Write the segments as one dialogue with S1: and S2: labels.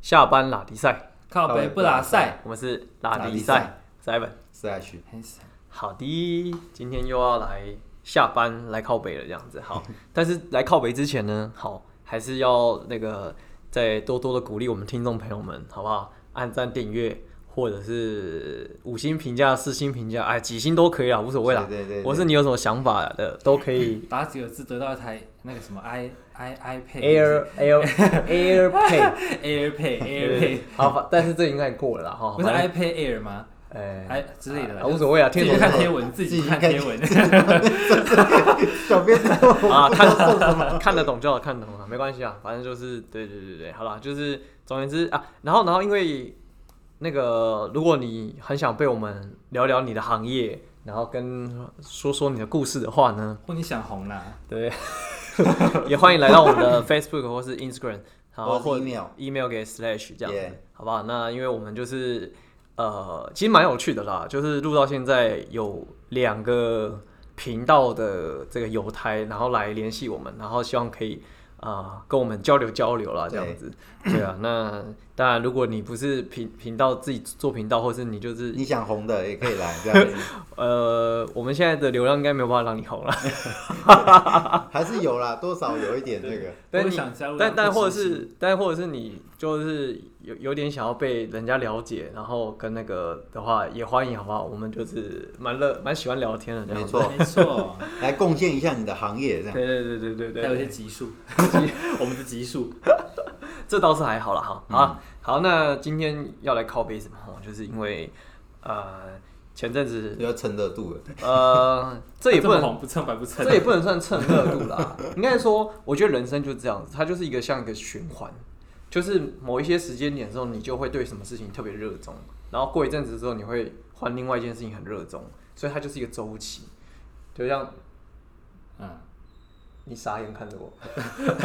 S1: 下班拉迪赛，
S2: 靠北不拉塞，
S1: 我们是拉
S2: 拉
S1: 迪
S2: 迪
S1: 赛
S2: 赛
S1: Seven。
S2: 是 H，
S1: 好的，今天又要来下班来靠北了，这样子 好。但是来靠北之前呢，好还是要那个再多多的鼓励我们听众朋友们，好不好？按赞、订阅，或者是五星评价、四星评价，哎，几星都可以啊，无所谓啦。
S2: 对对对对
S1: 我是你有什么想法的都 可以
S3: 打几个字得到一台那个什么 i i iPad
S1: Air Air Air Pay。
S3: AirPad
S1: 对对
S3: AirPad，
S1: 好，反但是这应该过了啦哈。
S3: 不是
S1: 反正
S3: iPad Air 吗？
S1: 哎
S3: 哎之类的啦
S1: 啊无所谓啊，
S3: 自
S1: 天
S3: 己
S1: 主
S3: 看贴文，自己看贴文。
S2: 小编知道我
S1: 啊，看看得懂就好，看得懂啊，没关系啊，反正就是对对对对，好啦，就是总而言之啊，然后然后因为那个，如果你很想被我们聊聊你的行业，然后跟说说你的故事的话呢，
S3: 或哦你想红啦，
S1: 对，也欢迎来到我们的 Facebook 或是 Instagram，然后
S2: 或
S1: 或
S2: 是 email
S1: email 给 Slash 这样子
S2: Yeah
S1: 好不好？那因为我们就是呃，其实蛮有趣的啦，就是录到现在有两个频道的这个犹太，然后来联系我们，然后希望可以。啊、跟我们交流交流啦，这样子，对啊。那当然，如果你不是频频道自己做频道，或是你就是
S2: 你想红的也可以来，这样
S1: 呃，我们现在的流量应该没有办法让你红了。
S2: 还是有啦，多少有一点这个。
S1: 但
S3: 我
S1: 你
S3: 想加入
S1: 但但
S3: 不
S1: 或者
S3: 只是
S1: 是但或者是你就是有有点想要被人家了解，然后跟那个的话也欢迎，好不好？我们就是蛮乐蛮喜欢聊天的这样
S2: 没
S1: 子。
S2: 错
S3: 没错，
S2: 来贡献一下你的行业，这样
S1: 对对对对对对，
S3: 还有一些集数， 我们的集数，
S1: 这倒是还好了哈。
S2: 嗯
S1: 啊，好，那今天要来靠背什么？哦就是因为呃前阵子
S2: 要蹭热度了。
S1: 呃这也不
S3: 啊么
S1: 能
S3: 红不蹭白不蹭
S1: 这，也不能算蹭热度啦，应该说，我觉得人生就是这样子，它就是一个像一个循环，就是某一些时间点的时候，你就会对什么事情特别热衷，然后过一阵子之后，你会换另外一件事情很热衷，所以它就是一个周期。就像
S3: 嗯，
S1: 你傻眼看着我，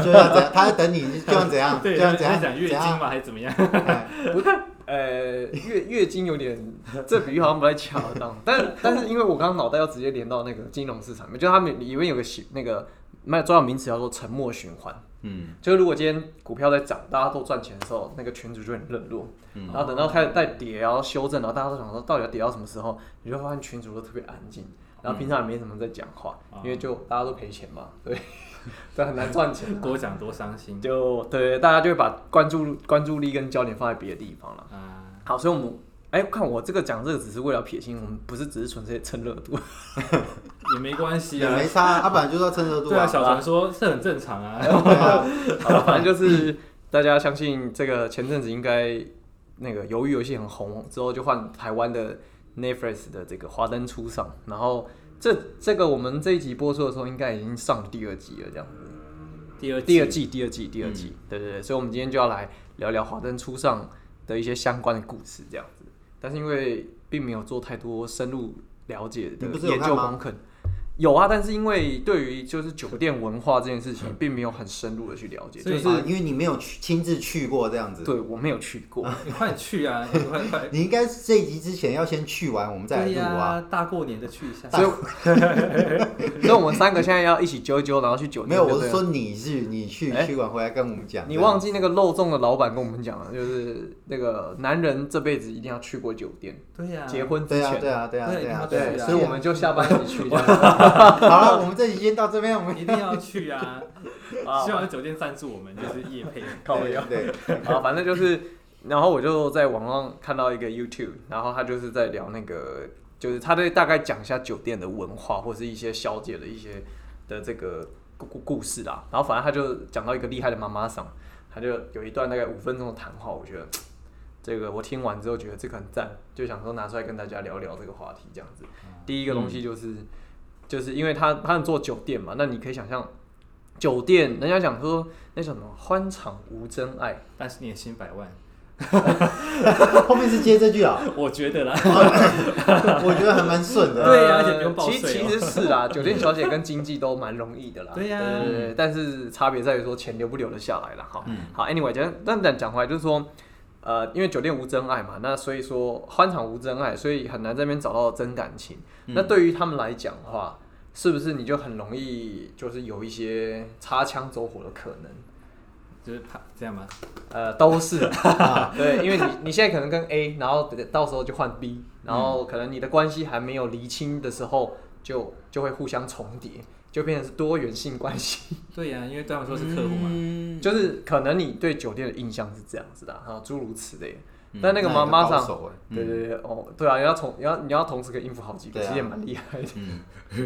S2: 就像怎样，他在等你，就像怎样，就
S3: 对，
S2: 像
S3: 在
S2: 怎样，
S3: 讲月
S2: 怎
S3: 经
S2: 样，
S3: 嘛，还是怎么样？
S2: 哎
S1: 呃，月月经有点，这比喻好像不太恰当，但但是因为我刚刚脑袋要直接连到那个金融市场里面，就他们里面有个循那个卖专有名词叫做沉默循环。
S2: 嗯，
S1: 就是如果今天股票在涨，大家都赚钱的时候，那个群主就很冷落，
S2: 嗯
S1: 然后等到开始在跌，啊然后修正，然后大家都想说到底要跌到什么时候，你就会发现群主都特别安静，然后平常也没什么在讲话，
S3: 嗯
S1: 因为就大家都赔钱嘛，对，所以 很难赚钱啊、
S3: 多讲多伤心
S1: 就对，大家就会把关注关注力跟焦点放在别的地方了。
S3: 啊！
S1: 好，所以我们哎、看我这个讲这个只是为了撇清，我们不是只是纯粹蹭热度。
S3: 也没关系
S2: 也
S3: 啊
S2: 没，差啊，他本来就是要蹭热度
S3: 对啊，
S2: 啊。
S3: 小传说这很正常啊。
S2: 对啊
S1: 好了，反正就是大家相信这个前阵子应该那个《鱿鱼游戏》很红，之后就换台湾的 Netflix 的这个《华灯初上》，然后这这个我们这一集播出的时候，应该已经上第二集了，这样子。
S3: 第二
S1: 第
S3: 季
S1: 二季，第二季，第二
S2: 嗯
S1: 季，对对对，所以我们今天就要来聊聊《华灯初上》的一些相关的故事，这样子。但是因为并没有做太多深入了解的
S2: 你不是有
S1: 研究
S2: 看吗
S1: 功课，有啊，但是因为对于就是酒店文化这件事情，并没有很深入的去了解，
S3: 所
S1: 就
S3: 以
S1: 是
S2: 啊因为你没有去亲自去过这样子，
S1: 对我没有去过，
S3: 你快去啊！你快快，
S2: 你应该这一集之前要先去完，我们再来
S3: 对
S2: 录啊。
S3: 呀，大过年的去一下。
S1: 所以 所以我们三个现在要一起揪一揪，然后去酒店。
S2: 没有，
S1: 对不
S2: 我
S1: 对
S2: 是说你是你去
S1: 哎
S2: 去完回来跟我们讲，
S1: 你
S2: 这样
S1: 忘记那个肉粽的老板跟我们讲了，就是那个男人这辈子一定要去过酒店，
S3: 对呀，
S1: 结婚之
S2: 对啊，
S1: 前。
S2: 对啊，对啊，
S3: 对
S2: 对啊，
S3: 对
S2: 啊
S1: 对，
S3: 是
S1: 所以我们就下班一起去这样子。
S2: 好了，我们这集先到这边，我们
S3: 一定要去啊！
S1: 啊
S3: 希望酒店赞助我们，就是夜配。
S1: 靠我腰。
S2: 对，
S1: 啊，反正就是，然后我就在网上看到一个 YouTube，然后他就是在聊那个，就是他在大概讲一下酒店的文化，或是一些小姐的一些的这个故故故事啦。然后反正他就讲到一个厉害的妈妈桑，他就有一段大概五分钟的谈话，我觉得这个我听完之后觉得这个很赞，就想说拿出来跟大家聊聊这个话题这样子。第一个东西就是，就是因为他他们做酒店嘛，那你可以想象。酒店，人家讲说那叫什么欢场无真爱，
S3: 但是年薪百万，
S2: 后面是接这句 啊，
S3: 我觉得啦，
S2: 我觉得还蛮顺的。
S3: 对呀而且不用报
S1: 其
S3: 税
S1: 其
S3: 哦
S1: 实是啦，酒店小姐跟经济都蛮容易的啦。
S3: 对呀
S1: 对对对但是差别在于说钱留不留得下来啦。哈。好，anyway，讲但但讲回来就是说，呃，因为酒店无真爱嘛，那所以说欢场无真爱，所以很难在那边找到真感情。那对于他们来讲的话，是不是你就很容易就是有一些擦枪走火的可能？
S3: 就是怕这样吗？
S1: 呃，都是，啊对，因为你你现在可能跟 A，然后到时候就换 B，然后可能你的关系还没有厘清的时候，就就会互相重叠，就变成是多元性关系，
S3: 对呀、因为对他们说是客户嘛。
S4: 嗯
S1: 就是可能你对酒店的印象是这样子的，然后诸如此类。
S4: 嗯
S1: 但那个妈妈上，
S2: 上，
S1: 对对对，哦，对啊，你要同你要你要同时跟应付好几个，
S2: 对啊
S1: 其实也蛮厉害的。
S4: 嗯，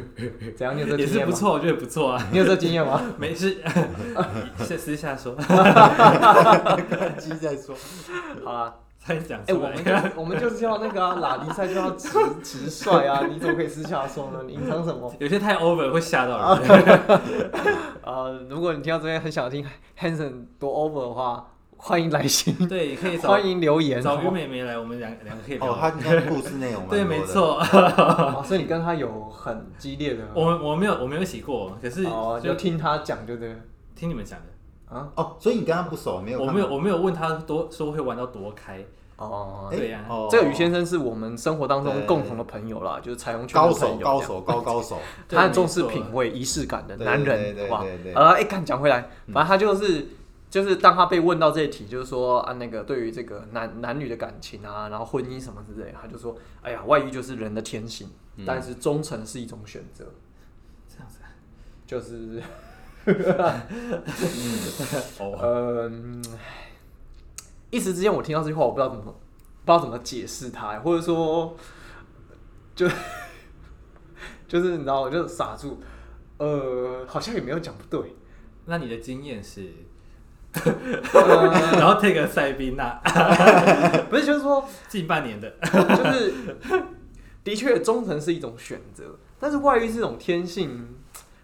S1: 怎样？你有这
S3: 也
S1: 经
S3: 是
S1: 验
S3: 不
S1: 吗？
S3: 错，我觉得不错 啊。
S1: 你有这经验吗？
S3: 没事， 先私下说，
S2: 关机再说。
S1: 好啦，
S3: 差点讲
S1: 哎，
S3: 出
S1: 我
S3: 来。
S1: 们就我们就是要那个 啊，拉力赛就要直直率啊，你怎么可以私下说呢？你隐藏什么？
S3: 有些太 over 会吓到人。
S1: 呃，如果你听到这边很想听 Hanson 多 over 的话，欢迎来信，
S3: 对，可以找
S1: 欢迎留言。
S3: 找于美眉来，我们两两个可以 聊。
S2: 哦，他他故事内容蛮多
S3: 对，
S2: 的
S3: 没，错，
S1: 哦，所以你跟他有很激烈的，
S3: 我们我没有我没有洗过，可是
S1: 哦，就
S3: 就
S1: 听他讲，对不对了？
S3: 听你们讲的。
S1: 啊，
S2: 哦，所以你跟他不熟，没有
S3: 我
S2: 看
S3: 没有
S2: 过，
S3: 我没有问他多说会玩到多开，
S1: 哦，
S2: 哎
S3: 对呀
S2: 哦
S1: 这个于先生是我们生活当中
S2: 对
S1: 共同的朋友啦，就是彩虹圈的
S2: 高
S1: 朋
S2: 手
S1: 友
S2: 高
S1: 这样。
S2: 手高高手，
S1: 他很重
S3: 对
S1: 视
S3: 没错
S1: 品味、仪式感的
S2: 对
S1: 男
S2: 对
S1: 人，
S2: 对
S1: 好不好
S2: 对对？嗯
S1: 好了，哎，看讲回来，反正他就是就是当他被问到这一题，就是说啊，那个对于这个男男女的感情啊，然后婚姻什么之类，他就说，哎呀，外遇就是人的天性，
S2: 嗯
S1: 但是忠诚是一种选择，
S3: 这样子啊。
S1: 就是
S3: 哦，
S1: 呃，嗯一时之间我听到这句话，我不知道怎么不知道怎么解释它，或者说就 就是你知道，我就傻住，呃，好像也没有讲不对。
S3: 那你的经验是，
S1: 呃
S3: 然后 take 个塞宾娜
S1: 不是，就是说，
S3: 近半年的，
S1: 就是的确，忠诚是一种选择，但是外遇是一种天性，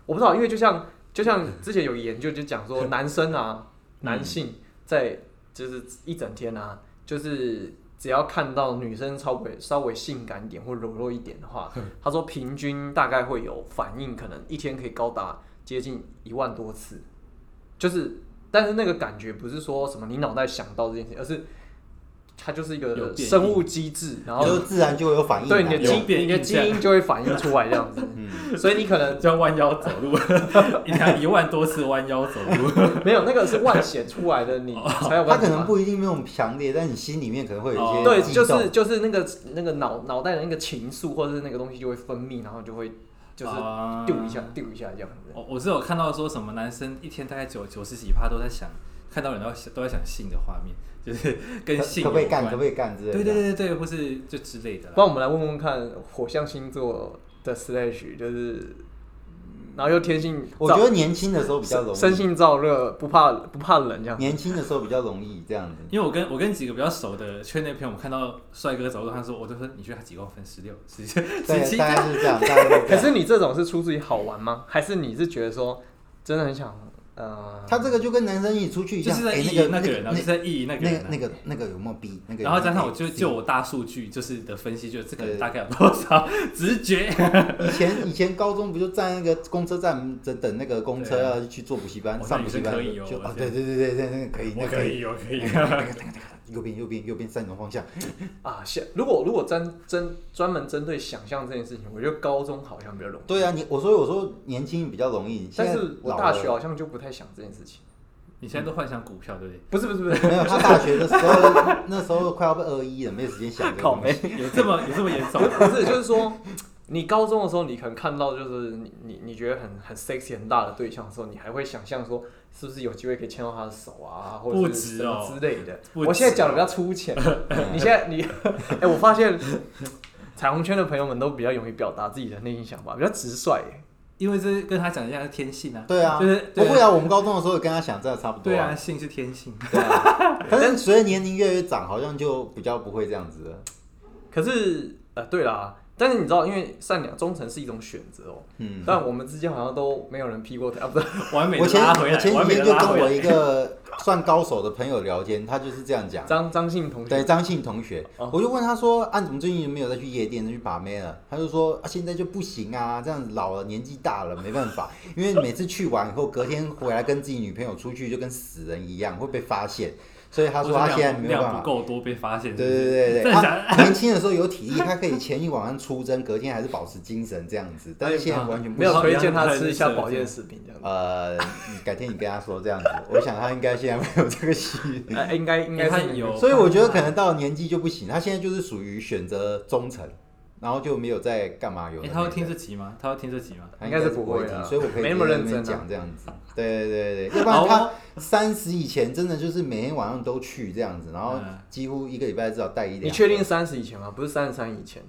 S1: 我不知道，因为就像就像之前有研究就讲
S3: 嗯
S1: 说，男生啊，男性在就是一整天啊，就是只要看到女生稍微稍微性感一点或柔弱一点的话，他说平均大概会有反应，可能一天可以高达接近一万多次，就是。但是那个感觉不是说什么你脑袋想到这件事情，而是它就是一
S3: 有
S1: 个
S3: 变异
S1: 生物机制， 然后
S2: 就自然就会有嗯反应啊，
S1: 对你的
S3: 有
S1: 基
S3: 变
S1: 你的
S3: 异
S1: 基
S3: 这样
S1: 因就会反映出来这样子，所以你可能
S3: 就要弯腰走路， 一条一万多次弯腰走 路。
S1: 没有那个是外显出来的，
S2: 哦
S1: 你才有办法。
S2: 他可能不一定那种强烈，但你心里面可能会有一
S3: 哦
S2: 些
S1: 对，
S2: 激
S1: 就
S2: 动
S1: 是就是那个那个脑脑袋的那个情愫或者是那个东西就会分泌，然后就会就是
S3: 啊
S1: 丢一下丢一下这样
S2: 哦
S1: 子。
S3: 我我是有看到说什么男生一天大概九九十几趴都在想，看到人都在想都在想性的画面，就是跟性
S2: 可不可以
S3: 有
S2: 干，可
S3: 关
S2: 不。可以干之类的。
S3: 对对对对，或是就之类的
S1: 不然
S3: 啦。
S1: 我们来问问看火象星座的 slash 就是，然后又天性
S2: 我觉得年轻的时候比较容
S1: 生
S2: 易，
S1: 生性燥热，不怕不怕冷这样。
S2: 年轻的时候比较容易这样 子。
S3: 因为我跟我跟几个比较熟的圈内朋友，我们看到帅哥走路，他说我就说你觉得他几公分？十六、十七、十
S2: 对，
S3: 七，
S2: 大概是这样，大概是 这
S1: 可
S2: 样。
S1: 是你这种是出自于好玩吗？还是你是觉得说真的很想呃？
S2: 他这个就跟男生一起出去一
S3: 嗯就
S2: 样，
S3: 是在
S2: 哎
S3: 意
S2: 那个
S3: 淫那个人啊，
S2: 那
S3: 就是在意淫那个
S2: 那个
S3: 人啊。
S2: 那个那个有没有逼？那个有没有逼
S3: 然后加上我就就我大数据就是的分析，就是这个人
S2: 对
S3: 大概有多少 直觉。
S2: 以前以前高中不就站那个公车站等等那个公车
S3: 对
S2: 要去做补习班，
S3: 哦
S2: 上补习班
S3: 那女生可以哦
S2: 就
S3: 我
S2: 啊
S3: 觉
S2: 对
S3: 得
S2: 对对对对，那个可以，那
S3: 我
S2: 个
S3: 可
S2: 以，
S3: 以，我可以。
S2: 右边右边右边三种方向，
S1: 啊，想如果如果针针专门针对想象这件事情，我觉得高中好像比较容易，
S2: 对啊，你我说我说年轻比较容易，
S1: 但
S2: 现在
S1: 是我
S2: 老
S1: 大
S2: 了
S1: 学
S3: 哦
S1: 好像就不太想这件事情。
S3: 你现在都幻想股票对
S1: 不
S3: 不
S1: 是不是不 是，
S2: 没有，他大学的时候那时候快要被二一了，没有时间想 这个
S1: 靠
S2: 东
S1: 没
S2: 西。
S3: 对？有这么有这么严重？
S1: 不是就是说，你高中的时候，你可能看到就是你你你觉得很很 sexy 很大的对象的时候，你还会想象说是不是有机会可以牵到他的手啊，或
S3: 不
S1: 者是
S3: 止
S1: 什么
S3: 哦
S1: 之类的。
S3: 不
S1: 我现在
S3: 止
S1: 讲的比较粗 浅，你现在你哎、我发现彩虹圈的朋友们都比较容易表达自己的内心想法，比较直率耶、
S3: 因为这跟他讲一样是天性啊。
S2: 对啊，
S3: 就是
S2: 不
S3: 对
S2: 会啊，我们高中的时候也跟他想真的差不多
S3: 对啊，。性是天性。
S2: 对啊，但是随着年龄越来越长，好像就比较不会这样子了。
S1: 可是呃，对啦，但是你知道，因为善良忠诚是一种选择哦、
S2: 嗯，
S1: 但我们之间好像都没有人劈过腿啊，不是？
S3: 完美
S2: 我
S3: 的
S2: 前
S3: 拉回
S2: 我
S3: 来，
S2: 前
S3: 完
S2: 几
S3: 美
S2: 天
S3: 的
S2: 就
S3: 拉
S2: 跟
S3: 回
S2: 我
S3: 来。
S2: 一个算高手的朋友聊天，他就是这样讲。
S1: 张张信同
S2: 对
S1: 学，
S2: 张信同学，
S1: 哦
S2: 我就问他说：“啊，你怎么最近没有再去夜店去把妹了？”他就说：“啊，现在就不行啊，这样子老了，年纪大了，没办法。因为每次去完以后，隔天回来跟自己女朋友出去，就跟死人一样，会被发现。所以他说他现在
S3: 或是
S2: 没有
S3: 量
S2: 办
S3: 量
S2: 法
S3: 不。够多被发现。
S2: 对对对啊对，
S3: 真的假的
S2: 他年轻的时候有体力，他可以前一晚上出征，隔天还是保持精神这样子，但是现
S3: 啊
S2: 在完全不
S1: 没有
S2: 行
S1: 推荐他吃一下保健食品这样子。
S2: 呃，你改天你跟他说这样子，我想他应该现在没有这个 习
S1: 哎，应该应该
S3: 他
S1: 是
S3: 有，
S2: 所以我觉得可能到年纪就不行，他现在就是属于选择忠诚，然后就没有在干嘛有的没
S3: 哎、
S2: 的。
S3: 他会听这集吗？他会听这集吗？
S2: 他应该是
S1: 应该是不
S2: 会
S1: 会啊
S2: 听所以我可以
S1: 没那么认
S2: 直接在边
S1: 真啊
S2: 讲这样子。对对对对，要不然
S3: 好
S2: 他三十以前真的就是每天晚上都去这样子，然后
S3: 嗯
S2: 几乎一个礼拜至少带一两。
S1: 你确定三十以前吗？不是三十三以前，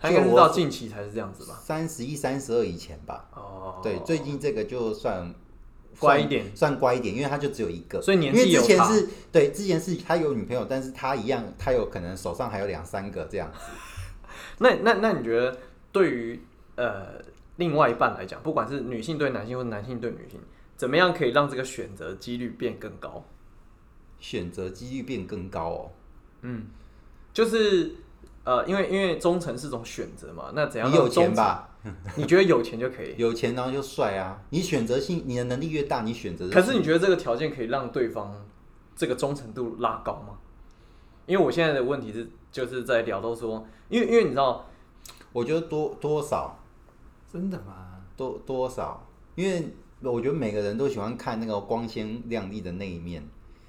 S1: 他应该
S2: 就是我
S1: 到近期才是这样子吧？
S2: 三十一、三十二以前吧？
S1: 哦，
S2: 对，最近这个就算
S1: 乖一点，
S2: 算乖一点，因为他就只有一个，
S1: 所以年
S2: 因
S1: 纪
S2: 为之
S1: 有
S2: 前
S1: 差
S2: 是对之前是他有女朋友，但是他一样，他有可能手上还有两三个这样。
S1: 那那那你觉得对于呃另外一半来讲，不管是女性对男性或者男性对女性，怎么样可以让这个选择几率变更高？
S2: 选择几率变更高哦。
S1: 就是呃，因为因为忠诚是种选择嘛，那怎样
S2: 你
S1: 让
S2: 有钱
S1: 忠
S2: 吧？
S1: 诚？你觉得有钱就 可以？
S2: 有钱然后就帅啊！你选择性，你的能力越大，你选择的
S1: 可是你觉得这个条件可以让对方这个忠诚度拉高吗？因为我现在的问题是，就是在聊到说，因为因为你知道，
S2: 我觉得多多少
S3: 真的吗？
S2: 多多少，因为我觉得每个人都喜欢看那个光鲜亮丽的那一面。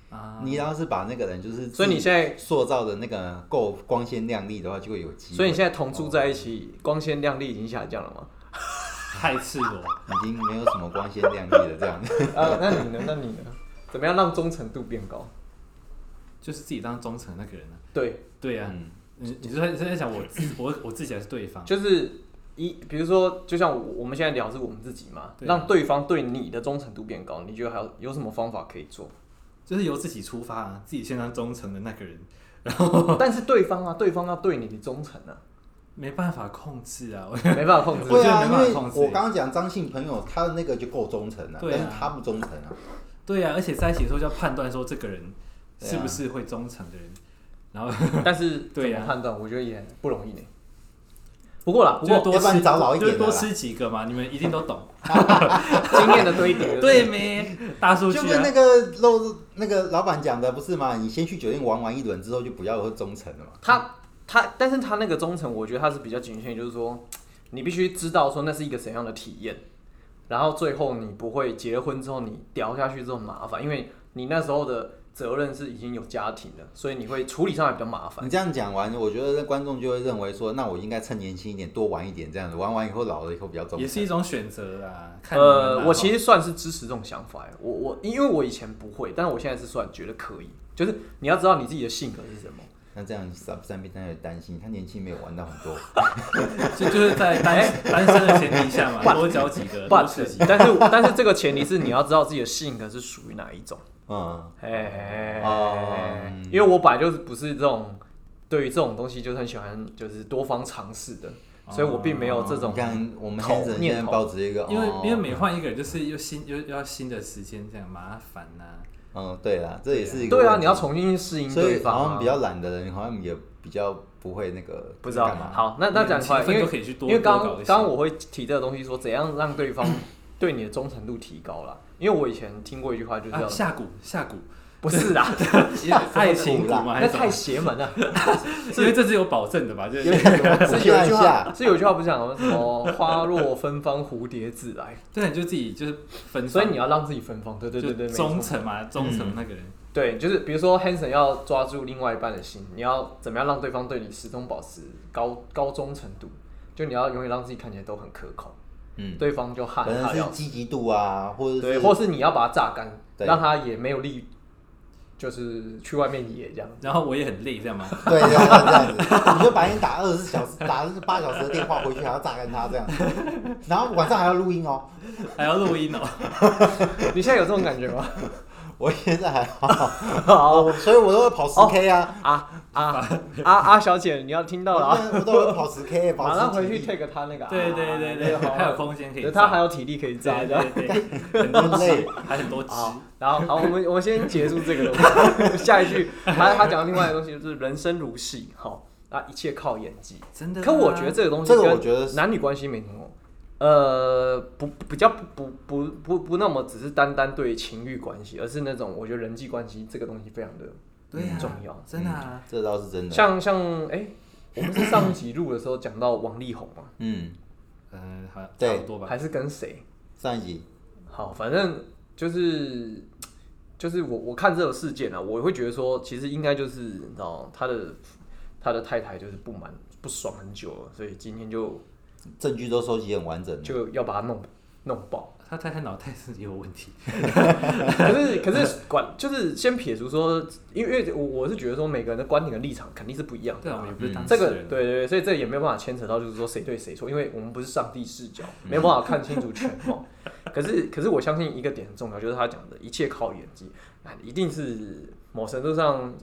S3: 啊，
S2: 你要是把那个人就是，
S1: 所以你现在
S2: 塑造的那个够光鲜亮丽的话，就会有机会。
S1: 所以你现在同住在一起，光鲜亮丽已经下降了吗？
S3: 太赤裸。
S2: 已经没有什么光鲜亮丽的这样。
S1: 啊，那你呢？那你呢？怎么样让忠诚度变高？
S3: 就是自己当忠诚的那个人啊。
S1: 对，
S3: 对呀、
S2: 嗯
S3: 你你是在你是在想我自我我自己还是对方？啊
S1: 就是一，比如说，就像我我们现在聊是我们自己嘛，
S3: 对啊
S1: 让对方对你的忠诚度变高，你觉得还有有什么方法可以做？
S3: 就是由自己出发、啊，自己先当忠诚的那个人，
S1: 但是对方啊，对方要对你的忠诚啊，
S3: 没办法控制啊。我
S1: 没办法控制。
S2: 对啊，
S3: 我觉得
S2: 因
S3: 没办法
S2: 为
S3: 控制
S2: 我刚刚讲张姓朋友，他的那个就够忠诚了、
S3: 对啊
S2: 但是他不忠诚啊。
S3: 对啊，而且在一起的时候就要判断说这个人
S2: 对啊
S3: 是不是会忠诚的人，然后
S1: 但是怎
S3: 对啊
S1: 么判断，我觉得也不容易呢。不过啦，不
S3: 就
S1: 过
S3: 多
S2: 要不然
S3: 吃
S2: 你找老一
S3: 就
S2: 点的
S3: 是多
S2: 啦
S3: 吃几个嘛，你们一定都懂。
S1: 经验的 堆叠，
S3: 对没？大数据
S2: 就跟
S3: 啊
S2: 那，个肉那个老板讲的不是吗？你先去酒店玩玩一轮之后，就不要有忠诚了嘛。
S1: 他他，但是他那个忠诚，我觉得他是比较局限，就是说你必须知道说那是一个怎样的体验，然后最后你不会结了婚之后你掉下去这种麻烦，因为你那时候的责任是已经有家庭了，所以你会处理上来比较麻 烦。
S2: 你这样讲完，我觉得那观众就会认为说，那我应该趁年轻一点多玩一点，这样子玩完以后老了以后比较忠
S3: 也是一
S2: 诚。
S3: 种选择啊。看你们
S1: 呃
S3: 啦，
S1: 我其实算是支持这种想法耶，我我因为我以前不会，但是我现在是算觉得可以，就是你要知道你自己的性格是什么。
S2: 那这样三三边他也担心，他年轻没有玩到很多。
S3: 就就是在单单身的前提下嘛，多交几个，多
S1: But，
S3: 吃几个。
S1: 但是但是这个前提是你要知道自己的性格是属于哪一种。
S2: 嗯，
S1: 哎、
S2: 哦
S1: 因为我本来就是不是这种对于这种东西就是很喜欢就是多方尝试的，
S3: 哦
S1: 所以我并没有这种
S2: 你看嗯我们先生现在抱着一个，
S3: 因为
S2: 哦
S3: 因为每换一个人就是又新又又要新的时间，这样麻烦呐、
S2: 嗯，对啦，这也是一个
S1: 对啊，
S2: 问
S1: 你
S2: 题
S1: 要重新去适应
S2: 所
S1: 对
S2: 以
S1: 方、
S2: 好
S1: 啊
S2: 像。比
S3: 哦
S2: 较懒的人，好像也比较不会那个
S1: 不知道
S2: 干嘛。
S1: 好，那那讲出来，
S3: 你
S1: 因
S3: 们
S1: 为
S3: 都可以去多
S1: 因为刚
S3: 多搞一
S1: 刚
S3: 些
S1: 刚我会提这个东西说怎样让 对方对你的忠诚度提高啦。因为我以前听过一句话，就是
S3: 啊，
S1: 要、
S3: 下蛊下蛊，
S1: 不是 啦，
S3: 爱情蛊吗？还
S1: 那
S3: 是什
S1: 太
S3: 么？
S1: 邪门了。
S3: 因为这是有保证的吧？就是
S2: 有 我
S1: 是有一
S2: 看一
S1: 句
S2: 下
S1: 话，，是有一句话不是讲什么“花落芬芳，蝴蝶自来
S3: 对，你就自己就是”，分，
S1: 所以你要让自己芬芳。对对对对，没
S3: 就
S1: 错嗯
S3: 忠诚嘛，忠诚那个人，
S1: 对，就是比如说 Hanson 要抓住另外一半的心，你要怎么样让对方对你始终保持高高忠程度？就你要永远让自己看起来都很可口，
S2: 嗯，
S1: 对方就害
S2: 可能
S1: 怕
S2: 是
S1: 要
S2: 积极度啊，或者
S1: 对，
S2: 是
S1: 或是你要把他榨干，
S2: 对
S1: 让他也没有力，就是去外面野这样。
S3: 然后我也很累，这样吗？
S2: 对对对这样子，你就白天打二十四小时，打八小时的电话回去还要榨干他这样子，然后晚上还要录音哦。
S3: 还要录 音哦，
S1: 你现在有这种感觉吗？
S2: 我现在还 好，
S1: 好
S2: 我所以我都会跑十 K 啊，
S1: 啊啊啊啊！小姐，你要听到了啊！
S2: 我都我都会跑十 K，
S1: 马
S2: 保
S1: 上
S2: 持体
S1: 回去
S2: 力。
S1: take 他那个啊。
S3: 对对对
S1: 那
S3: 对，
S1: 个好
S3: 还有空间可以炸，
S1: 他还有体力可以炸
S3: 对
S1: 的。
S3: 对 对，很多
S2: 累
S3: 累，还很多汁，
S1: 好，然后好，我们我们先结束这个 东西。下一句，他他讲到另外的东西就是人生如戏，好，啊，一切靠演技。
S3: 真的吗。
S1: 可我觉得这个东西
S2: 这个我觉得
S1: 跟男女关系没什么呃，不比较不不不不那么只是单单对情欲关系，而是那种我觉得人际关系这个东西非常的
S3: 对呀、
S1: 重要。
S3: 真的啊，
S2: 这倒是真的。
S1: 像像哎、我们是上一集录的时候讲到王力宏嘛，
S2: 嗯，
S3: 嗯，好像
S2: 对
S3: 差不多吧。
S1: 还是跟谁？
S2: 上一集
S1: 好，反正就是就是我我看这个事件啊，我会觉得说，其实应该就是你知道他的他的太太就是不满不爽很久了，所以今天就
S2: 证据都收集很完整了，
S1: 就要把他弄弄爆。
S3: 他太太脑袋是也有问题，
S1: 可是可是管就是先撇除说，因为因为我我是觉得说每个人的观点跟立场肯定是不一样的
S3: 对啊，我
S1: 嘛。
S3: 们也不是当事
S1: 这个
S3: 人，
S1: 对对对，所以这也没有办法牵扯到，就是说谁对谁错，因为我们不是上帝视角，没
S3: 嗯
S1: 有办法看清楚全貌。 可是，可是我相信一个点很重要，就是他讲的一切靠演技，那一定是某程度上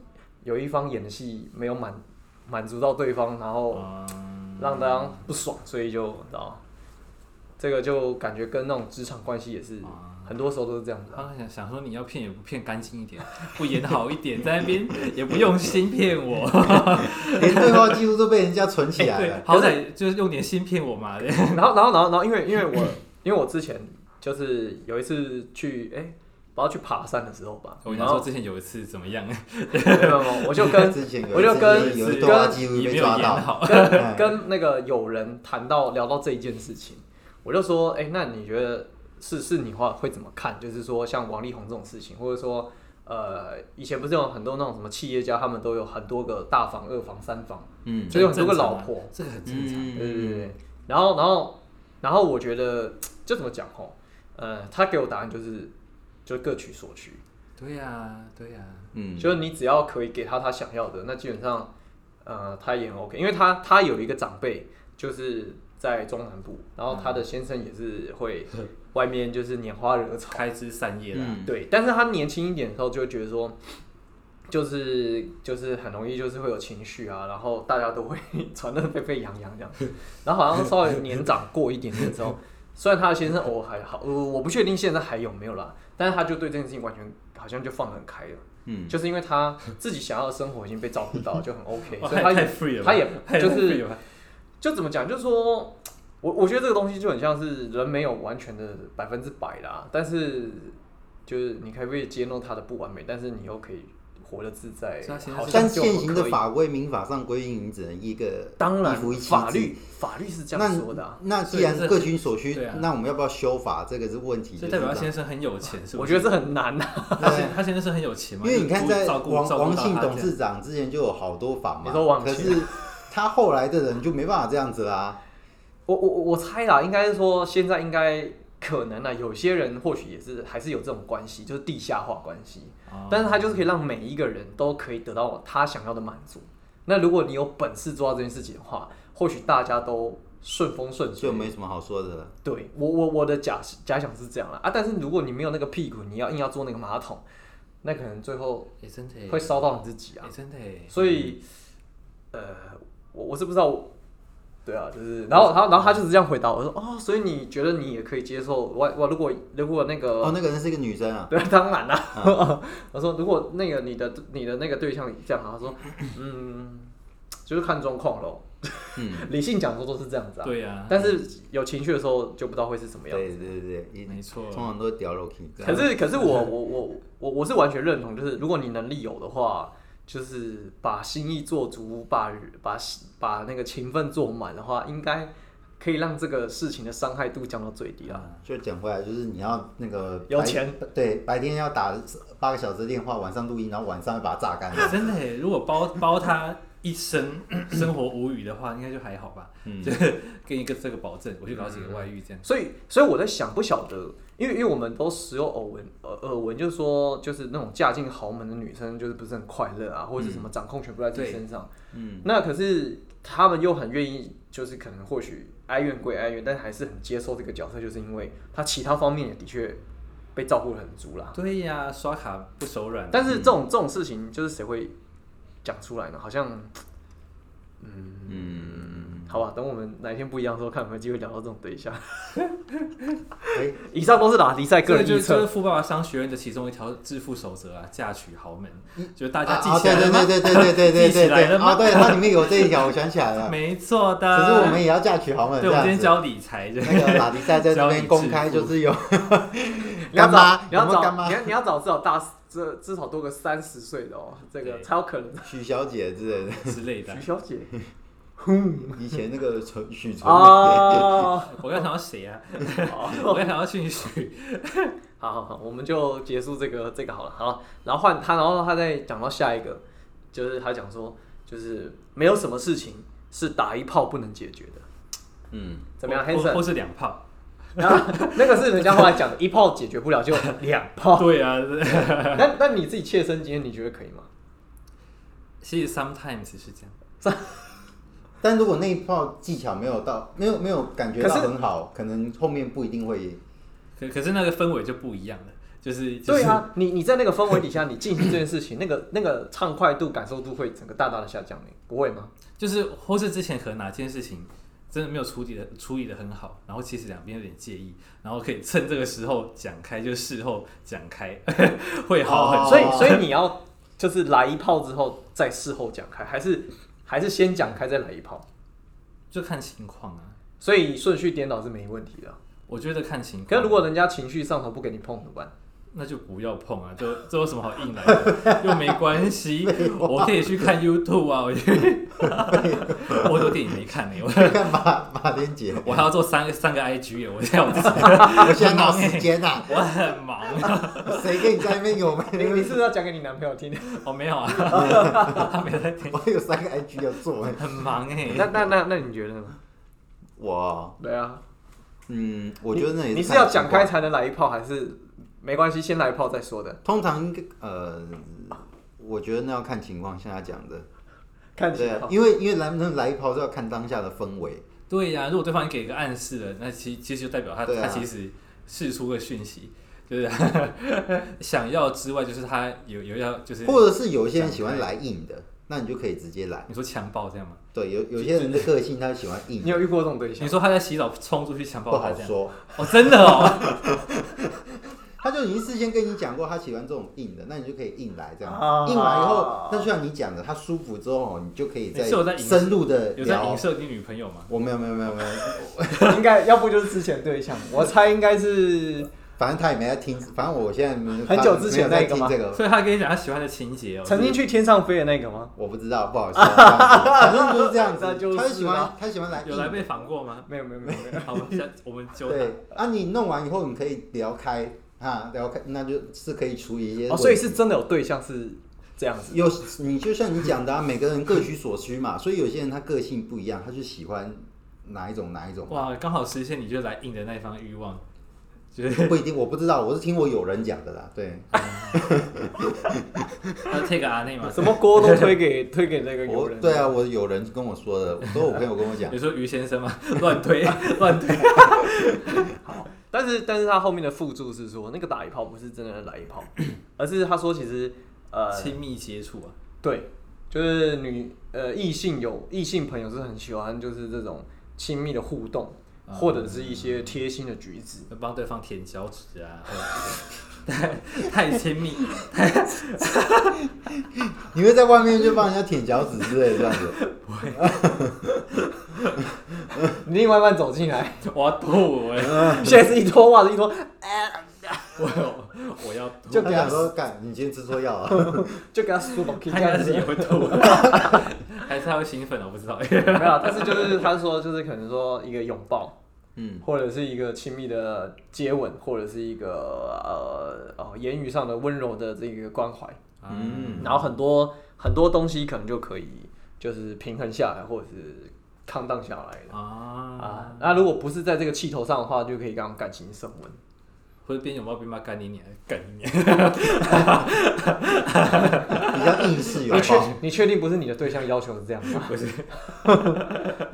S1: 有一方演戏没有满满足到对方，然后
S3: 嗯，
S1: 让对方不爽，所以就你知道，这个就感觉跟那种职场关系也
S3: 哦
S1: 是，很多时候都是这样子啊。
S3: 他想想说你要骗也不骗干净一点，不演好一点，在那边 也不用心骗我，
S2: 连对话记录都被人家存起来
S1: 哎
S3: 对
S2: 了，。
S3: 好歹就是用点心骗我嘛。 对
S1: 然后，然后，然后，然后，因为因为我因为我之前就是有一次去哎，不知道去爬山的时候吧，
S3: 我跟你
S1: 然
S3: 说
S1: 后
S3: 之前有一次怎么样，
S1: 没有没有， 没有我就跟
S2: 之前有
S1: 我就跟
S2: 有一
S1: 跟
S2: 对话记录
S3: 你没
S2: 被
S3: 有
S2: 抓
S3: 演
S2: 到，
S3: 好，
S2: 哎
S1: 跟跟那个友人谈到聊到这一件事情，我就说，哎，那你觉得是是你话会怎么看？就是说像王力宏这种事情，或者说呃，以前不是有很多那种什么企业家，他们都有很多个大房、二房、三房，
S2: 嗯
S1: 就有很多个
S3: 很正常
S1: 老
S3: 啊
S1: 婆，
S3: 这个很正常。
S2: 嗯，
S1: 对对对对。然后，然后，然后，我觉得这怎么讲吼？呃，他给我答案就是，就各取所需，
S3: 对呀、对呀、
S2: 嗯，
S1: 就是你只要可以给他他想要的，那基本上，呃，他也很 OK，因为他他有一个长辈就是在中南部，然后他的先生也是 会外面就是拈花惹草，
S3: 开枝散叶啦。
S2: 嗯
S1: 对，但是他年轻一点的时候就会觉得说，就是就是很容易就是会有情绪啊，然后大家都会传的沸沸扬扬 这样子，然后好像稍微年长过一点点之后，虽然他的先生偶尔还好，我呃我不确定现在还有没有啦，但是他就对这件事情完全好像就放得很开了，
S2: 嗯，
S1: 就是因为他自己想要的生活已经被照顾到 了，就很 OK，
S3: 哇
S1: 所以他
S3: 哦太
S1: 也
S3: free 了吧，
S1: 他也
S3: 太
S1: 就是
S3: free 了吧
S1: 就怎么讲，就是说。我我觉得这个东西就很像是人没有完全的百分之百啦，但是就是你可不可以接纳他的不完美，但是你又可以活得自在
S3: 是啊现，在
S1: 好
S3: 是
S1: 像
S2: 但
S1: 就
S2: 现行
S1: 可
S2: 的
S1: 以，
S2: 法规民法上规定，你只能一个
S1: 当然
S2: 一夫一妻
S1: 法
S2: 制
S1: 律法律是这
S2: 那
S1: 样说的、啊，
S2: 那既然
S3: 所以这
S2: 各取所需
S3: 对啊，
S2: 那我们要不要修法？这个是问题。
S3: 所以代表他
S2: 就是
S3: 先生很有钱，是不是？
S1: 我觉得这很难啊。
S3: 他先他先生是很有钱嘛，
S2: 因为你看，
S3: 就是
S2: 在
S3: 照顾
S2: 王
S3: 照顾
S2: 王
S3: 到
S2: 姓
S3: 他
S2: 董
S3: 这样
S2: 事长之前就有好多房嘛
S1: 你说王，
S2: 可
S1: 姓
S2: 是他后来的人就没办法这样子啦。
S1: 我我我我猜啦，应该是说现在应该可能啊，有些人或许也是还是有这种关系，就是地下化关系，
S3: 哦
S1: 但是他就是可以让每一个人都可以得到他想要的满足。那如果你有本事做到这件事情的话，或许大家都顺风顺水
S2: 就，没什么好说的了。
S1: 对我我我的假假想是这样啦啊，但是如果你没有那个屁股，你要硬要坐那个马桶，那可能最后
S3: 哎、真的耶
S1: 会烧到你自己啊
S3: 哎。真的耶
S1: 所以，呃，我我是不知道，对啊，就是然后然后然后他就是这样回答我说哦，所以你觉得你也可以接受我我如果如果那个、
S2: 哦，那个人是一个女生啊，
S1: 对，当然啦、 我说如果那个你的你的那个对象这样，啊他说嗯，就是看状况咯。
S2: 嗯，
S1: 理性讲说都是这样子啊，
S3: 对呀、
S1: 但是有情绪的时候就不知道会是什么样子。
S2: 对啊对对，一
S3: 没错
S2: 通常都是屌肉 king。
S1: 可是可是我我我我我是完全认同，就是如果你能力有的话，就是把心意做足，把把把那个勤奋做满的话，应该可以让这个事情的伤害度降到最低啊。
S2: 就讲回来，就是你要那个
S1: 有
S2: 白
S1: 钱，
S2: 对，白天要打八个小时的电话，晚上录音，然后晚上要把它榨干。
S3: 真的耶，如果包包他一生 生活无语的话，应该就还好吧。
S1: 嗯
S3: 就是给你一个这个保证，我去搞几个外遇这样。
S1: 所以所以我在想，不晓得，因为因为我们都时有耳闻耳耳闻，就是说就是那种嫁进豪门的女生，就是不是很快乐啊，或者是什么掌控全部在自己
S3: 对
S1: 身上。
S2: 嗯，
S1: 那可是他们又很愿意，就是可能或许哀怨归哀怨，但还是很接受这个角色，就是因为他其他方面也的确被照顾的很足啦。
S3: 对呀、刷卡不手软。
S1: 但是这种、这种事情，就是谁会讲出来呢？好像，嗯，好吧，等我们哪一天不一样的时候，看有没有机会聊到这种对象。
S2: 哎，
S1: 以上都是拉迪赛个
S3: 这个
S1: 人
S3: 就
S1: 臆
S3: 是就是
S1: 测，
S3: 富爸爸商学院的其中一条致富守则啊，嫁娶豪门，就是大
S2: 啊
S3: 家记
S2: 啊
S3: 起
S2: 对
S3: 来了
S2: 对
S3: 吗？
S2: 对对对对对
S3: 记起
S2: 对
S3: 来
S2: 对，
S3: 了
S2: 啊，
S3: 吗？
S2: 对，它里面有这一条，我想起来了。
S3: 没错的。
S2: 啊可是我们也要嫁娶豪门
S3: 对，
S2: 这
S3: 我
S2: 样
S3: 们今天
S2: 子。
S3: 教理财的，
S2: 那个拉迪赛在这边公开就是有
S1: 你要
S2: 干
S1: 找
S2: 妈，
S1: 你
S2: 有
S1: 要
S2: 没有干
S1: 找
S2: 妈
S1: 你要你要找至少大这至少多个三十岁的哦，这个
S3: 对
S1: 才有可 能。
S2: 许小姐之类的，
S3: 之类的
S1: 徐。小姐
S2: 以前那个纯许纯美，
S1: 哦，
S3: 我刚想到谁啊？
S1: 好
S3: 我刚想到兴许，
S1: 好好好，我们就结束这个这个好了，好了，然后换他，然后他再讲到下一个，就是他讲说，就是没有什么事情是打一炮不能解决的，
S4: 嗯，
S1: 怎么样
S3: 或或
S1: ，Hanson？
S3: 或是两炮？
S1: 然后那个是人家后来讲的，一炮解决不了就两 炮。
S3: 对啊，
S1: 那那你自己切身经验，你觉得可以吗？
S3: 其实 sometimes 是这样。
S2: 但如果那一炮技巧没有到，没有没有感觉到
S1: 可是
S2: 很好，可能后面不一定 会赢。
S3: 可可是那个氛围就不一样了，就是就
S1: 对
S3: 是
S1: 啊，你你在那个氛围底下，你进行这件事情，那个那个畅快度、感受度会整个大大的下降，你不会吗？
S3: 就是或是之前可能哪件事情真的没有处理的处理的很好，然后其实两边有点介意，然后可以趁这个时候讲开，就事后讲开 会好很
S2: 哦
S3: 多。
S1: 所以所以你要就是来一炮之后再事后讲开，还是还是先讲开再来一炮？
S3: 就看情况啊，
S1: 所以顺序颠倒是没问题的。啊
S3: 我觉得看情况。
S1: 可是如果人家情绪上头不给你碰怎么办？
S3: 那就不要碰啊，这这有什么好硬 来的？又没关系，
S2: 啊
S3: 我可以去看 YouTube 啊。我 觉得我有电影没看呢、我
S2: 干嘛，马天姐？
S3: 我还要做三个三个 IG，耶我现在我自己
S2: 我现在哪有时
S1: 欸
S2: 间啊？
S3: 我很忙，啊
S2: 谁跟你在那边有
S1: 你
S2: 没
S1: 你
S2: 有？
S1: 是不是要讲给你男朋友听？
S3: 我、没有啊，他没在听，
S2: 我有三个 IG 要做，欸
S3: 很忙哎、
S1: 那那那那你觉得呢？
S2: 我
S1: 对啊，
S2: 嗯，我觉得那也
S1: 你你是
S2: 看
S1: 要
S2: 情
S1: 讲
S2: 况
S1: 开才能来一炮，还是没关系先来一炮再说的？
S2: 通常应该呃，我觉得那要看情况下讲的，
S1: 看起
S2: 对
S1: 来
S2: 啊，因为因为来能来一炮是要看当下的氛围，
S3: 对呀、如果对方给一个暗示了，那其其实就代表他、
S2: 对啊
S3: 他其实释出个讯息，就是 想要之外，就是他有有要就是
S2: 或者是有一些人喜欢来硬的，那你就可以直接来。
S3: 你说强暴这样吗？
S2: 对，有有些人的个性他喜欢硬
S1: 你，有遇过这种对象
S3: 你？说他在洗澡冲出去强
S2: 不
S3: 暴他
S2: 好
S3: 这样？
S2: 说。
S3: 哦，真的哦，
S2: 他就已经事先跟你讲过他喜欢这种硬的，那你就可以硬来这样。
S1: 啊
S2: 硬来以后，那就像你讲的，他舒服之后，你就可以
S3: 你
S2: 再
S3: 是有在影
S2: 深入的
S3: 有在
S2: 聊
S3: 影。射你女朋友吗？
S2: 我 没有没有没有没有，
S1: 应该要不就是之前对象，我猜应该是
S2: 反正他也没在听，反正我现在没有
S1: 很久之前
S2: 没有在
S1: 那个
S2: 听
S1: 吗
S2: 这个，
S3: 所以他跟你讲他喜欢的情节哦，
S1: 曾经去天上飞的那个吗？
S2: 我不知道，不好说。反正就是这样
S1: 那就
S2: 子，
S1: 是
S2: 他喜欢
S1: 啦
S2: 他喜欢来
S3: 有
S2: 硬
S3: 来
S2: 的。
S3: 被访过吗？
S1: 没有没有没有没有。
S3: 好，我们 下我们就
S2: 对啊，你弄完以后你可以聊开啊，聊开，那就是可以处理一些问题。
S1: 哦，所以是真的有对象是这样子。
S2: 有你就像你讲的、啊，每个人各取所需嘛，所以有些人他个性不一样，他就喜欢哪一种哪一种，
S3: 哇，刚好实现你就来硬的那一方的欲望， 就是
S2: 不一定我不知道，我是听我友人讲的啦。 对，
S3: 要 take 阿内嘛，
S1: 什么锅都推给 推给那个友
S2: 我
S1: 人，
S2: 对啊，，我有人跟我说的，都我朋友跟我讲
S3: 比，如说于先生嘛， 乱 推乱推，
S1: 但是但是他后面的附注是说，那个打一炮不是真的来一炮，而是他说其实呃，
S3: 亲密接触啊，
S1: 对，就是女呃异性有异性朋友是很喜欢就是这种亲密的互动，
S3: 啊
S1: 或者是一些贴心的举止。
S3: 帮对方舔脚趾啊， 或者是太太亲密，
S2: 你会在外面就帮人家舔脚趾之类的这样子，
S1: 你另外一半走进 来，
S3: 我要吐哎、
S2: 呃
S1: 现在是一脱袜子一脱，
S3: 我我要 吐，
S1: 就
S2: 他
S1: 给他
S2: 想说干，你今天吃错药 啊？
S1: 就给他梳头，这
S3: 他应该
S1: 样
S3: 是
S1: 子
S3: 也。会吐， 还是他会兴奋啊？我不知道，
S1: 没有，但是就是他说就是可能说一个拥抱，
S2: 嗯，
S1: 或者是一个亲密的接吻，或者是一个呃哦言语上的温柔的这个关怀，
S2: 嗯
S1: 然后很多很多东西可能就可以就是平衡下来，或者是抗荡下来了。
S3: 啊
S1: 啊，，那如果不是在这个气头上的话，就可以让感情升温。
S3: 或者边拥抱边骂干你娘，干你娘，
S2: 比较应试有
S1: 你确
S2: 方。
S1: 你确定不是你的对象要求是这样吗？ 不是，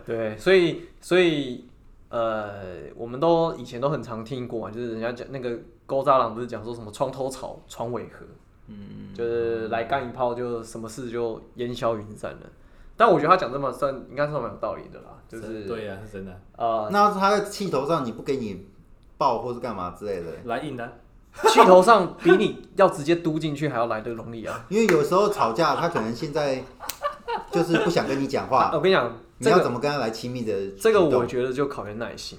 S1: 对，所以所以呃，我们都以前都很常听过嘛，就是人家讲那个勾渣郎不是讲说什么床头吵，床尾和，嗯，就是来干一炮就什么事就烟消云散了。但我觉得他讲这么算，应该算蛮有道理的啦，就是
S3: 对呀、是真的，
S1: 呃，
S2: 那他在气头上你不给你抱或是干嘛之类的，
S3: 来硬的啊、
S1: 气头上比你要直接嘟进去还要来的容 易啊！
S2: 因为有时候吵架他可能现在就是不想跟你讲
S1: 啊
S2: 话，
S1: 我跟你讲，
S2: 你
S1: 这
S2: 要
S1: 个
S2: 怎么跟他来亲密的
S1: 这个
S2: 举动
S1: 我觉得就考验耐心，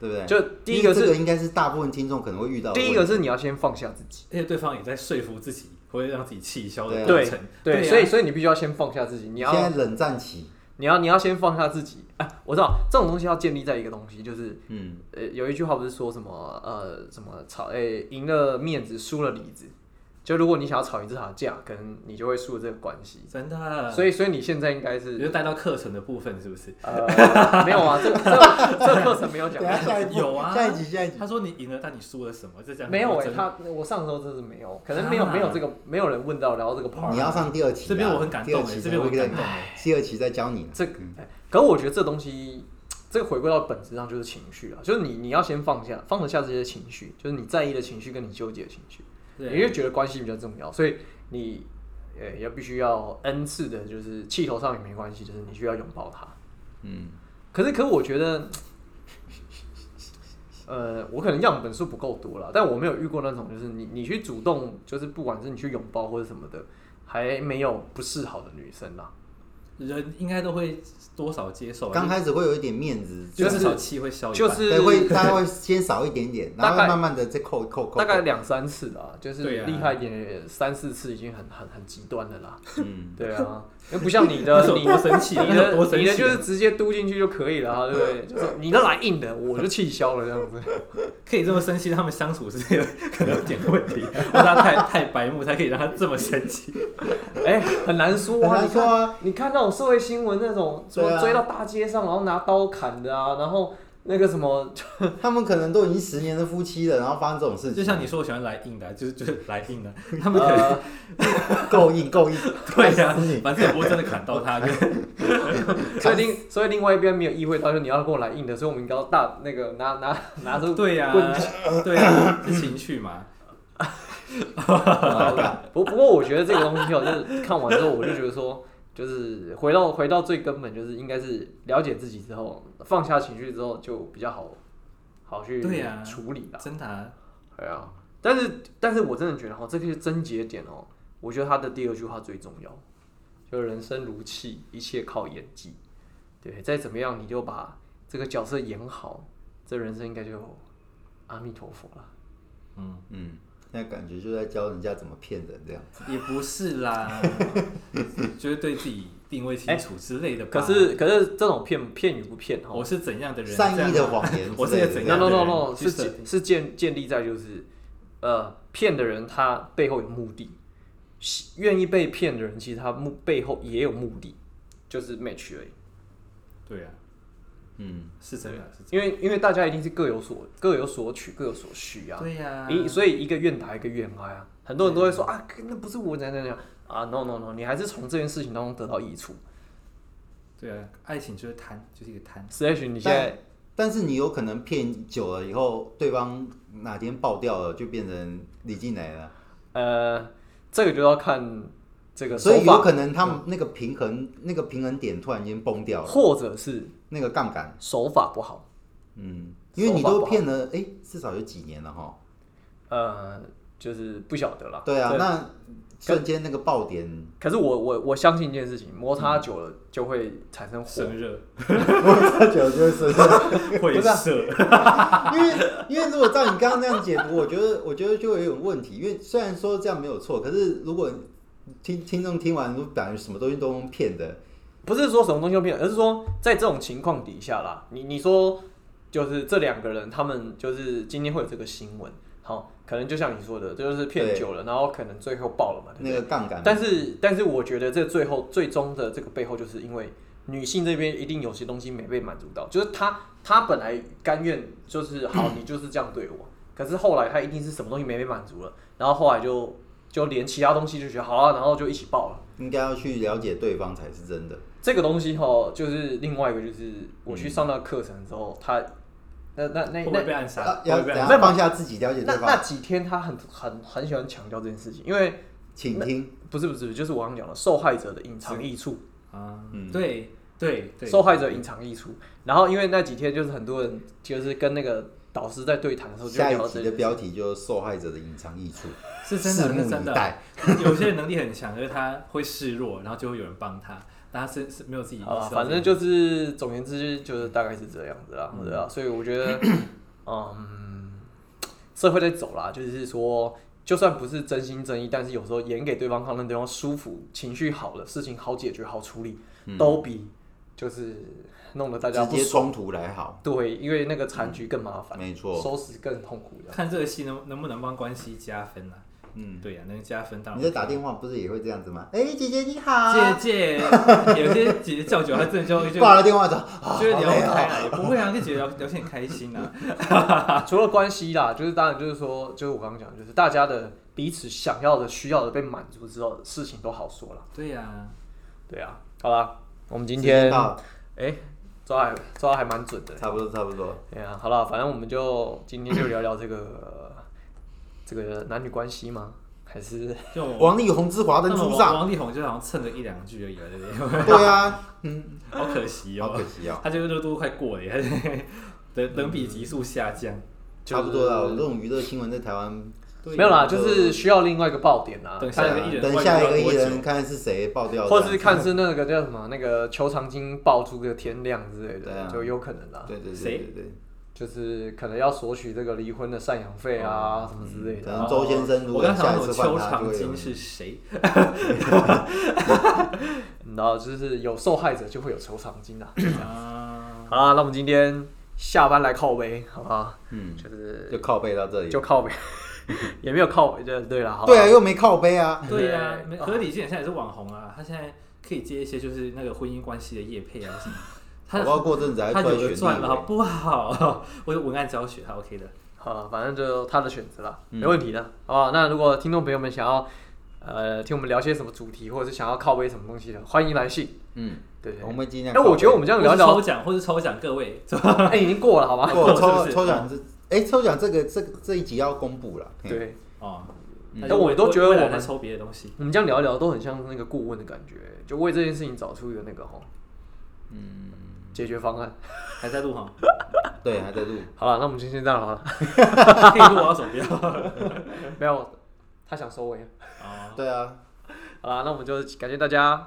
S2: 对不对？
S1: 就第一个
S2: 因为这
S1: 是
S2: 个应该是大部分听众可能会遇到的
S1: 第一
S2: 问
S1: 个
S2: 题
S1: 是你要先放下自己，
S3: 而且对方也在说服自己，会让自己气消的过
S1: 对
S3: 程。
S1: 对，
S3: 啊
S1: 所以所以你必须要先放下自己，你要
S2: 现在冷战期，
S1: 你要你要先放下自己。哎、我知道这种东西要建立在一个东西，就是
S2: 嗯，
S1: 呃，有一句话不是说什么呃什么吵，哎、赢了面子，输了里子。就如果你想要吵一次好架，可能你就会输了这个关系。
S3: 真的，
S1: 所以，所以你现在应该
S3: 以
S1: 是
S3: 就带到课程的部分是不是？
S1: 呃没有啊，这这这课程没有讲
S2: 等一，下下 一步
S3: 有啊
S2: 下一集下一集
S3: 他说你赢了，但你输了什么？这 讲
S1: 没有哎、
S3: 哎、
S1: 他我上周真的没有，可能没有、
S3: 啊
S1: 没有这个没有人问到聊到这个 part。
S2: 你要上第二期啊，
S3: 这边我很感动
S2: 第二
S3: 哎，
S2: 期
S3: 这边我很感动哎。
S2: 第二期再教你了，
S1: 这个，哎可我觉得这东西，这个回归到本质上就是情绪啊，就是你你要先放下，放得下这些情绪，就是你在意的情绪跟你纠结的情绪，
S3: 对啊
S1: 你就觉得关系比较重要，所以你呃要必须要 n 次的，就是气头上也没关系，就是你需要拥抱它。
S2: 嗯，
S1: 可是，可是我觉得，呃，我可能样本数不够多了，但我没有遇过那种，就是你你去主动，就是不管是你去拥抱或者什么的，还没有不示好的女生啦。
S3: 人应该都会多少接受吧，
S2: 刚开始会有一点面子，
S3: 就
S1: 就是
S3: 至少气会消一半。
S1: 就是
S2: 对，会大家会先少一点点，然后
S1: 大概
S2: 慢慢的再扣扣扣，
S1: 大概两三次啦，就是
S3: 对啊
S1: 厉害一点，三四次已经很很很极端的啦。
S2: 嗯，
S1: 对啊，因为不像你
S3: 那
S1: 的
S3: 时，候
S1: 你
S3: 多生气，
S1: 你
S3: 那时候多
S1: 的
S3: 生
S1: 你
S3: 气
S1: 的
S3: 啊，
S1: 就是直接嘟进去就可以了啊，对不对？就是你的来硬的，我就气消了这样子。
S3: 可以这么生气，他们相处是有可能有点问 题，或者他太太白目才可以让他这么生气。
S1: 哎、很难说
S2: 很
S1: 啊，
S2: 难
S1: 你看
S2: 说啊，
S1: 你看那种社会新闻，那种什
S2: 对
S1: 么
S2: 啊
S1: 追到大街上，然后拿刀砍的啊，然后那个什么，
S2: 他们可能都已经十年的夫妻了，然后发生这种事情，
S3: 就像你说，我喜欢来硬的，就是就是来硬的，他们可能、
S1: 呃，
S2: 够硬够 硬，
S3: 对呀、
S2: 烦死你
S3: 反正也不会真的砍到他，就是
S1: 所以另 所以另外一边没有意会到，就是你要跟我来硬的，所以我们应该要大那个拿拿拿 着
S3: 对呀、
S1: 棍
S3: 对呀、是情绪嘛。
S1: 不不过我觉得这个东西哦，就是看完之后，我就觉得说，就是回到回到最根本，就是应该是了解自己之后，放下情绪之后，就比较好好去
S3: 对啊
S1: 处理啦。
S3: 真的、啊，
S1: 对啊，但是但是我真的觉得哈，这个症结点哦，我觉得他的第二句话最重要，就人生如戏，一切靠演技。对，再怎么样你就把这个角色演好，这人生应该就阿弥陀佛了。
S3: 嗯，
S2: 嗯，那感觉就在教人家怎么骗人这样，
S3: 也不是啦， 就是对自己定位清楚之类的
S1: 可
S3: 吧。
S1: 是可是这种骗骗与不哦骗哈，
S3: 我是怎样的人？
S2: 善意
S3: 这
S2: 的
S3: 样啊
S2: 谎言之类的，
S3: 我是个怎
S1: no
S3: 样的
S1: no
S3: 人
S1: no no
S3: 去
S1: 是
S3: 设定
S1: 建是建建立在就是，呃，骗的人他背后有目的，喜愿意被骗的人其实他目背后也有目的，就是 match 而已。
S3: 对啊，
S2: 嗯，
S3: 是真的，是
S1: 因
S3: 真
S1: 为因为大家一定是各有所各有所取各有所需
S3: 的。
S1: 啊，
S3: 对呀、
S1: 一、所以一个愿打一个愿挨啊，很多人都会说啊，那不是我怎样怎样啊，no no no，你还是从这件事情当中得到益处。
S3: 对啊，爱情就是贪，就是一个 贪。
S1: slash 你现在
S2: 但是你有可能骗久了以后，对方哪天爆掉了，就变成李静蕾了。
S1: 呃，这个就要看这个手
S2: 所以有
S1: 法，
S2: 可能他们那个平衡、那个平衡点突然间崩掉了，
S1: 或者是
S2: 那个杠杆，
S1: 手法不好。
S2: 嗯，因为你都骗了，哎、至少有几年了哈。
S1: 呃，就是不晓得啦。
S2: 对啊，那瞬间那个爆点，
S1: 可是我我我相信一件事情，摩
S2: 嗯
S1: 擦久了就会产生火。
S3: 生热
S2: 我久就会生气，
S3: 会
S2: 不是啊
S3: 射，
S2: 因为因为如果照你刚刚那样解读，我觉得我觉得就有点问题，因为虽然说这样没有错，可是如果听听众听完，如果感觉什么东西都用骗的，
S1: 不是说什么东西都骗人，而是说在这种情况底下啦，你你说就是这两个人，他们就是今天会有这个新闻，好，可能就像你说的，就是骗
S2: 对
S1: 久了，然后可能最后爆了嘛，对不
S2: 那
S1: 对？
S2: 个杠杆，
S1: 但是但是我觉得这最后最终的这个背后，就是因为女性这边一定有些东西没被满足到，就是她她本来甘愿就是好，你就是这样对
S3: 嗯
S1: 我，可是后来她一定是什么东西没被满足了，然后后来就就连其他东西就觉得好啊，然后就一起爆了。
S2: 应该要去了解对方才是真的。
S1: 这个东西哈，就是另外一个，就是我去上那个课程之后，他那那那
S3: 会不
S1: 那
S3: 会被暗杀
S2: 啊？
S3: 会
S2: 要
S3: 不会被
S2: 等
S3: 暗
S2: 下
S3: 杀？
S2: 放下自己，了解
S1: 那
S2: 对
S1: 那
S2: 方，
S1: 几天，他很很很喜欢强调这件事情，因为
S2: 请听。
S1: 不是不是，就是我刚刚讲的受害者的隐藏益处，
S3: 啊，
S2: 嗯
S3: 对对对，
S1: 受害者隐藏溢出。然后因为那几天就是很多人就是跟那个导师在对谈的时候就
S2: 下
S1: 聊
S2: 一
S1: 这
S2: 集
S1: 个
S2: 的，标题就是受害者的隐藏益处，
S3: 是真
S2: 拭
S3: 的，是
S2: 目
S3: 真
S2: 以
S3: 的。
S2: 待。
S3: 有些人能力很强，可是他会示弱，然后就会有人帮他，但他是是没有自己意识
S1: 好
S3: 到
S1: 吧，
S3: 这个。
S1: 啊反正就是总而言之就是大概是这样子啦，对啊，所以我觉得，嗯，社会在走啦，就是说，就算不是真心真意，但是有时候演给对方看，让对方舒服，情绪好了，事情好解决、好处理，都比就是弄得大家
S2: 嗯直
S1: 不
S2: 接冲
S1: 爽，
S2: 突来好，
S1: 对，因为那个残局更麻烦，
S2: 没错。
S1: 收拾更痛苦的。
S3: 看这个戏能能不能帮关系加分啊？
S2: 嗯，
S3: 对呀、能加分当然。
S2: 你在打电话不是也会这样子吗？哎，姐姐你好，
S3: 姐姐，有些姐姐叫久了，她真的就 就
S2: 挂了电话走，
S3: 就会聊不
S2: 好累
S3: 开
S2: 哦
S3: 啊，也不会啊，跟姐姐聊聊天很开心 啊。
S1: 除了关系啦，就是当然就是说，就是我刚刚讲的，就是大家的彼此想要的、需要的被满足之后，事情都好说了。
S3: 对呀、
S1: 对啊，好啦，我们今
S2: 时间
S1: 天。
S2: 到了
S1: 哎、抓还抓得还蛮准的。
S2: 差不多差不多，
S1: 对啊，好了，反正我们就今天就聊聊这个 这个男女关系吗？还是
S3: 就我
S2: 王力宏之华灯
S3: 那么
S2: 初
S3: 王
S2: 上，
S3: 王力宏就好像蹭了一两句而已啊，对不对？
S2: 对啊，
S3: 好可惜
S2: 好
S3: 哦，
S2: 可惜哦，
S3: 他这个热度快过了，他 等等比级数下降。
S1: 就
S2: 差
S1: 是
S2: 不多了。这种娱乐新闻在台湾，
S3: 对
S1: 没有啦，
S2: 就
S1: 就是需要另外一个爆点啊，
S3: 等下
S1: 看
S3: 一个艺人
S2: 等
S3: 外遇
S2: 下一
S3: 要
S2: 个
S3: 多
S2: 艺人
S3: 久
S2: 看是谁爆掉这
S1: 或
S2: 样子，
S1: 是看是那个叫什么那个球长经爆出个天亮之类
S2: 对
S1: 的，
S2: 啊
S1: 就有可能啦。
S2: 对对对
S3: 谁
S2: 对对，
S1: 就是可能要索取这个离婚的赡养费啊，什么之类
S2: 哦嗯可
S1: 的
S2: 能。周先生如
S3: 我
S2: 果
S3: 刚
S2: 下
S3: 想
S2: 一次
S3: 说
S2: 换
S3: 邱
S2: 他，就
S3: 长
S2: 会有
S3: 金是谁？
S1: 然后就是有受害者就会有球长经啊。
S2: 嗯
S3: 啊，
S1: 好啦，那我们今天下班来靠呗，好不好？
S2: 嗯，
S1: 就是
S2: 就靠背到这里，
S1: 就靠呗，也没有靠，就对了，好吧
S2: 对啊，又没靠背啊，
S3: 对呀、
S1: 对
S3: 可是李健现在也是网红啊，他现在可以接一些就是那个婚姻关系的业配啊 什么。他
S2: 搞不好过阵子还
S3: 他
S2: 出来
S3: 有
S2: 选
S3: 的赚了，
S2: 立
S3: 好
S2: 委
S3: 不好？我有文案教学，他 OK 的。
S1: 好，反正就他的选择啦，
S2: 嗯
S1: 没问题的，好不好？那如果听众朋友们想要呃听我们聊些什么主题，或者是想要靠背什么东西的，欢迎来信。
S2: 嗯，
S1: 对对
S2: 我们尽
S1: 哎、
S2: 量。
S1: 我觉得我们这样
S3: 或
S1: 聊
S3: 是
S1: 聊
S3: 抽，奖，或是抽奖，各位，
S1: 哎、已经过了，好吧？
S2: 过
S3: 过了是
S2: 抽
S3: 不是
S2: 抽奖这，哎，抽奖这个这这一集要公布了， 嘿，
S1: 对，
S3: 哦，
S2: 嗯
S3: 那
S1: 但
S3: 就
S1: 我都觉得
S3: 未来
S1: 我们
S3: 在抽别的东西，
S1: 我们这样聊一聊，都很像那个顾问的感觉，就为这件事情找出一个那个哈
S2: 嗯，
S1: 解决方案。
S3: 还在录哈，
S2: 对，还在录，
S1: 好了，那我们今天这样好了，
S3: 可以录啊我要手标。
S1: 没有，他想收尾了。
S3: 哦，
S2: 对啊，
S1: 好了，那我们就感谢大家，